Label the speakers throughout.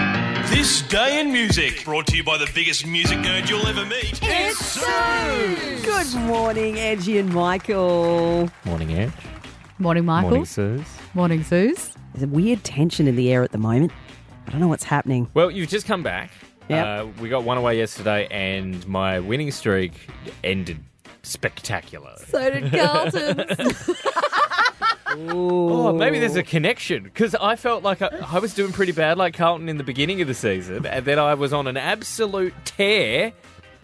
Speaker 1: This Day in Music, brought to you by the biggest music nerd you'll ever meet. It's Sue!
Speaker 2: Good morning, Edgy and Michael.
Speaker 3: Morning, Edge.
Speaker 4: Morning, Michael.
Speaker 3: Morning, Suze.
Speaker 4: Morning, Suze.
Speaker 2: There's a weird tension in the air at the moment. I don't know what's happening.
Speaker 3: Well, you've just come back.
Speaker 2: Yep.
Speaker 3: Uh, we got one away yesterday, and my winning streak ended spectacular.
Speaker 4: So did Carlton.
Speaker 3: Oh, maybe there's a connection because I felt like I, I was doing pretty bad, like Carlton in the beginning of the season, and then I was on an absolute tear.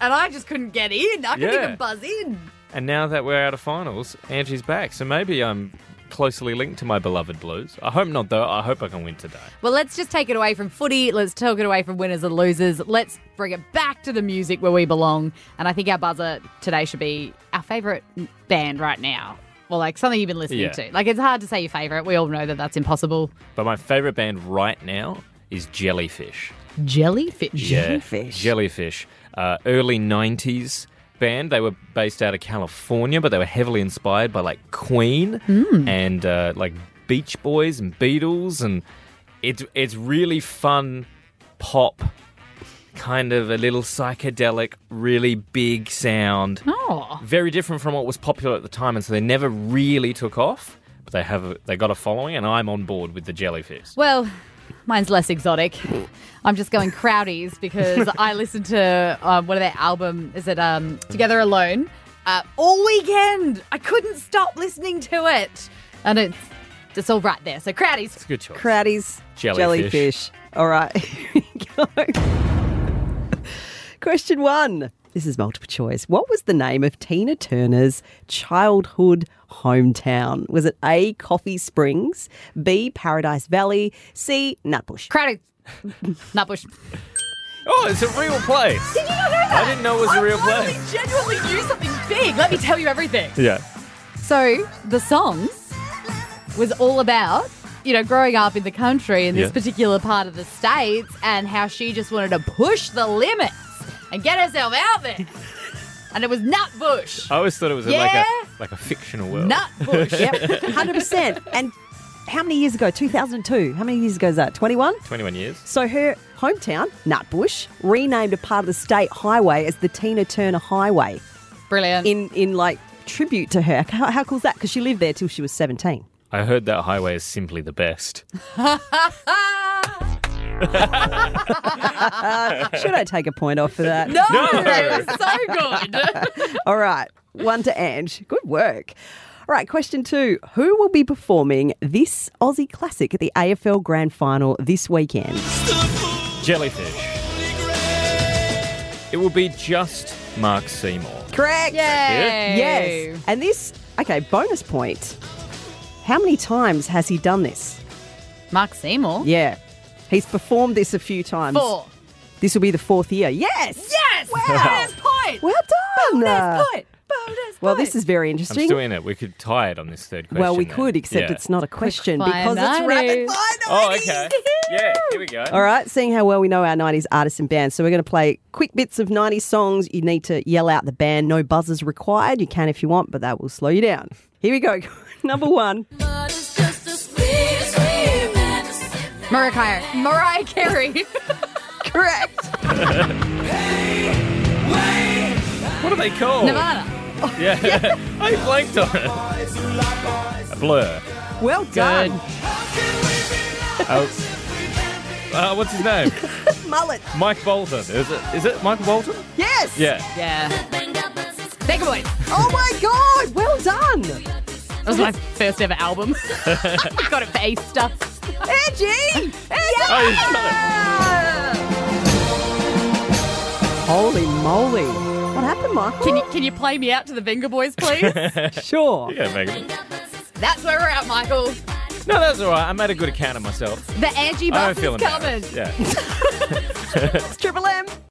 Speaker 4: and I just couldn't get in. I couldn't
Speaker 3: Yeah.
Speaker 4: even buzz in.
Speaker 3: And now that we're out of finals, Angie's back, so maybe I'm closely linked to my beloved Blues. I hope not, though. I hope I can win today.
Speaker 4: Well, let's just take it away from footy. Let's take it away from winners and losers. Let's bring it back to the music where we belong. And I think our buzzer today should be our favourite band right now. Or like something you've been listening
Speaker 3: Yeah.
Speaker 4: to. Like it's hard to say your favourite. We all know that that's impossible.
Speaker 3: But my favourite band right now is Jellyfish.
Speaker 4: Jellyfish.
Speaker 2: Jellyfish.
Speaker 3: Yeah, Jellyfish. Uh, early 90s band. They were based out of California, but they were heavily inspired by like Queen and uh, like Beach Boys and Beatles. And it's, it's really fun pop, kind of a little psychedelic, really big sound.
Speaker 4: Oh.
Speaker 3: Very different from what was popular at the time. And so they never really took off. But they have a, they got a following, and I'm on board with the Jellyfish.
Speaker 4: Well, mine's less exotic. I'm just going Crowdies because I listened to um, one of their album. Is it um, Together Alone? Uh, all weekend, I couldn't stop listening to it, and it's it's all right there. So Crowdies.
Speaker 3: It's a good choice.
Speaker 2: Crowdies,
Speaker 3: Jellyfish.
Speaker 2: jellyfish. All right, here we go. Question one. This is multiple choice. What was the name of Tina Turner's childhood hometown? Was it A. Coffee Springs, B. Paradise Valley, C. Nutbush?
Speaker 4: Crowdies. Nutbush.
Speaker 3: Oh, it's a real place. Did you not know that? I didn't know it was a real
Speaker 4: I
Speaker 3: place.
Speaker 4: genuinely knew something big. Let me tell you everything.
Speaker 3: Yeah.
Speaker 4: So the songs was all about, you know, growing up in the country in this
Speaker 3: Yeah.
Speaker 4: particular part of the states and how she just wanted to push the limits and get herself out there. And it was Nutbush.
Speaker 3: I always thought it was like
Speaker 4: Yeah.
Speaker 3: a like a fictional world.
Speaker 4: Nutbush.
Speaker 2: Yep, 100%. And how many years ago? 2002. How many years ago is that? 21?
Speaker 3: Twenty-one years.
Speaker 2: So her hometown, Nutbush, renamed a part of the state highway as the Tina Turner Highway
Speaker 4: Brilliant.
Speaker 2: in in like tribute to her. How, how cool's that? Because she lived there till she was 17.
Speaker 3: I heard that highway is simply the best.
Speaker 4: Ah,
Speaker 2: Should I take a point off for that?
Speaker 4: no, it was so good.
Speaker 2: All right, one to Ange. Good work. All right, question two. Who will be performing this Aussie classic at the AFL Grand Final this weekend?
Speaker 3: Jellyfish. It will be just Mark Seymour.
Speaker 2: Correct.
Speaker 4: Yay.
Speaker 2: Yes. And this, okay, bonus point. How many times has he done this?
Speaker 4: Mark Seymour.
Speaker 2: Yeah. He's performed this a few times.
Speaker 4: Four.
Speaker 2: This will be the fourth year. Yes.
Speaker 4: Yes!
Speaker 2: Wow.
Speaker 4: Bonus point!
Speaker 2: Well done.
Speaker 4: Bonus point! Bonus
Speaker 2: Well,
Speaker 4: point.
Speaker 2: this is very
Speaker 3: I'm
Speaker 2: interesting.
Speaker 3: still in it. We could tie it on this third question.
Speaker 2: well, we
Speaker 3: then.
Speaker 2: could, except
Speaker 3: Yeah.
Speaker 2: it's not a question
Speaker 4: fire
Speaker 2: because it's rapid
Speaker 4: nineties.
Speaker 2: fire.
Speaker 3: Oh,
Speaker 2: nineties.
Speaker 3: okay. Yeah, here we go.
Speaker 2: All right, seeing how well we know our 90s artists and bands. So, we're going to play quick bits of 90s songs. You need to yell out the band. No buzzers required. You can if you want, but that will slow you down. Here we go. Number one.
Speaker 4: Mariah Carey. Mariah Carey.
Speaker 2: Correct.
Speaker 3: What are they called?
Speaker 4: Nirvana.
Speaker 3: Yeah. I blanked on it. A blur.
Speaker 2: Well done.
Speaker 3: Oh. Uh, what's his name?
Speaker 2: Mullet.
Speaker 3: Mike Bolton. Is it? Is it Michael Bolton?
Speaker 2: Yes.
Speaker 3: Yeah.
Speaker 4: Yeah. Baker Boys.
Speaker 2: Oh, my God. Well done.
Speaker 4: That was my first ever album. Got it for Easter.
Speaker 2: Edgy.
Speaker 3: Oh, you got it.
Speaker 2: Holy moly. What happened, Michael?
Speaker 4: Can you, can you play me out to the Venga Boys, please?
Speaker 2: Sure.
Speaker 3: Yeah, Megan.
Speaker 4: That's where we're at, Michael.
Speaker 3: No, that's all right. I made a good account of myself.
Speaker 4: The Angie
Speaker 3: I
Speaker 4: Bus
Speaker 3: don't feel
Speaker 4: is coming.
Speaker 3: embarrassed. Yeah.
Speaker 2: It's Triple M.